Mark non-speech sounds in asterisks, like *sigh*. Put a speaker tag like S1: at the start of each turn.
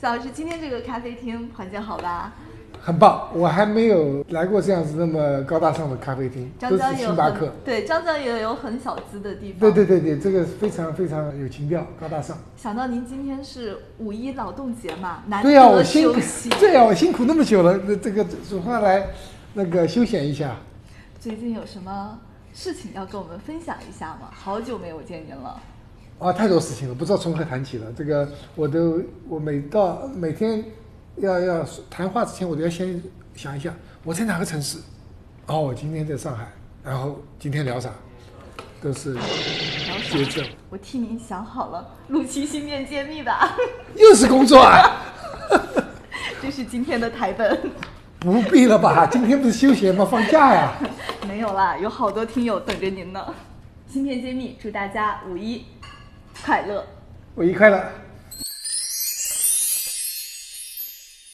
S1: 小老师，今天这个咖啡厅环境好吧？
S2: 很棒，我还没有来过这样子那么高大上的咖啡厅，
S1: 张
S2: 都
S1: 江
S2: 是
S1: 也有
S2: 星巴克
S1: 很。对，张江也有很小资的地方。
S2: 对对对对，这个非常非常有情调，高大上。
S1: 想到您今天是五一劳动节嘛，难
S2: 对呀、啊我
S1: 得
S2: 辛
S1: 休
S2: 苦
S1: 息。，
S2: 对呀、我辛苦那么久了，那这个总算来那个休闲一下。
S1: 最近有什么事情要跟我们分享一下吗？好久没有见您了。
S2: 啊，太多事情了，不知道从何谈起了。这个我都，我每到每天要要谈话之前，我都要先想一下我在哪个城市。哦，我今天在上海，然后今天聊啥，都是
S1: 聊啥
S2: 节奏，
S1: 我替您想好了，录期新面揭秘吧， *laughs*
S2: 又是工作啊，
S1: 这是今天的台本。 *laughs*
S2: 不必了吧？今天不是休闲吗？放假呀、
S1: 没有啦，有好多听友等着您呢。芯片揭秘，祝大家五一快乐！
S2: 我一快乐。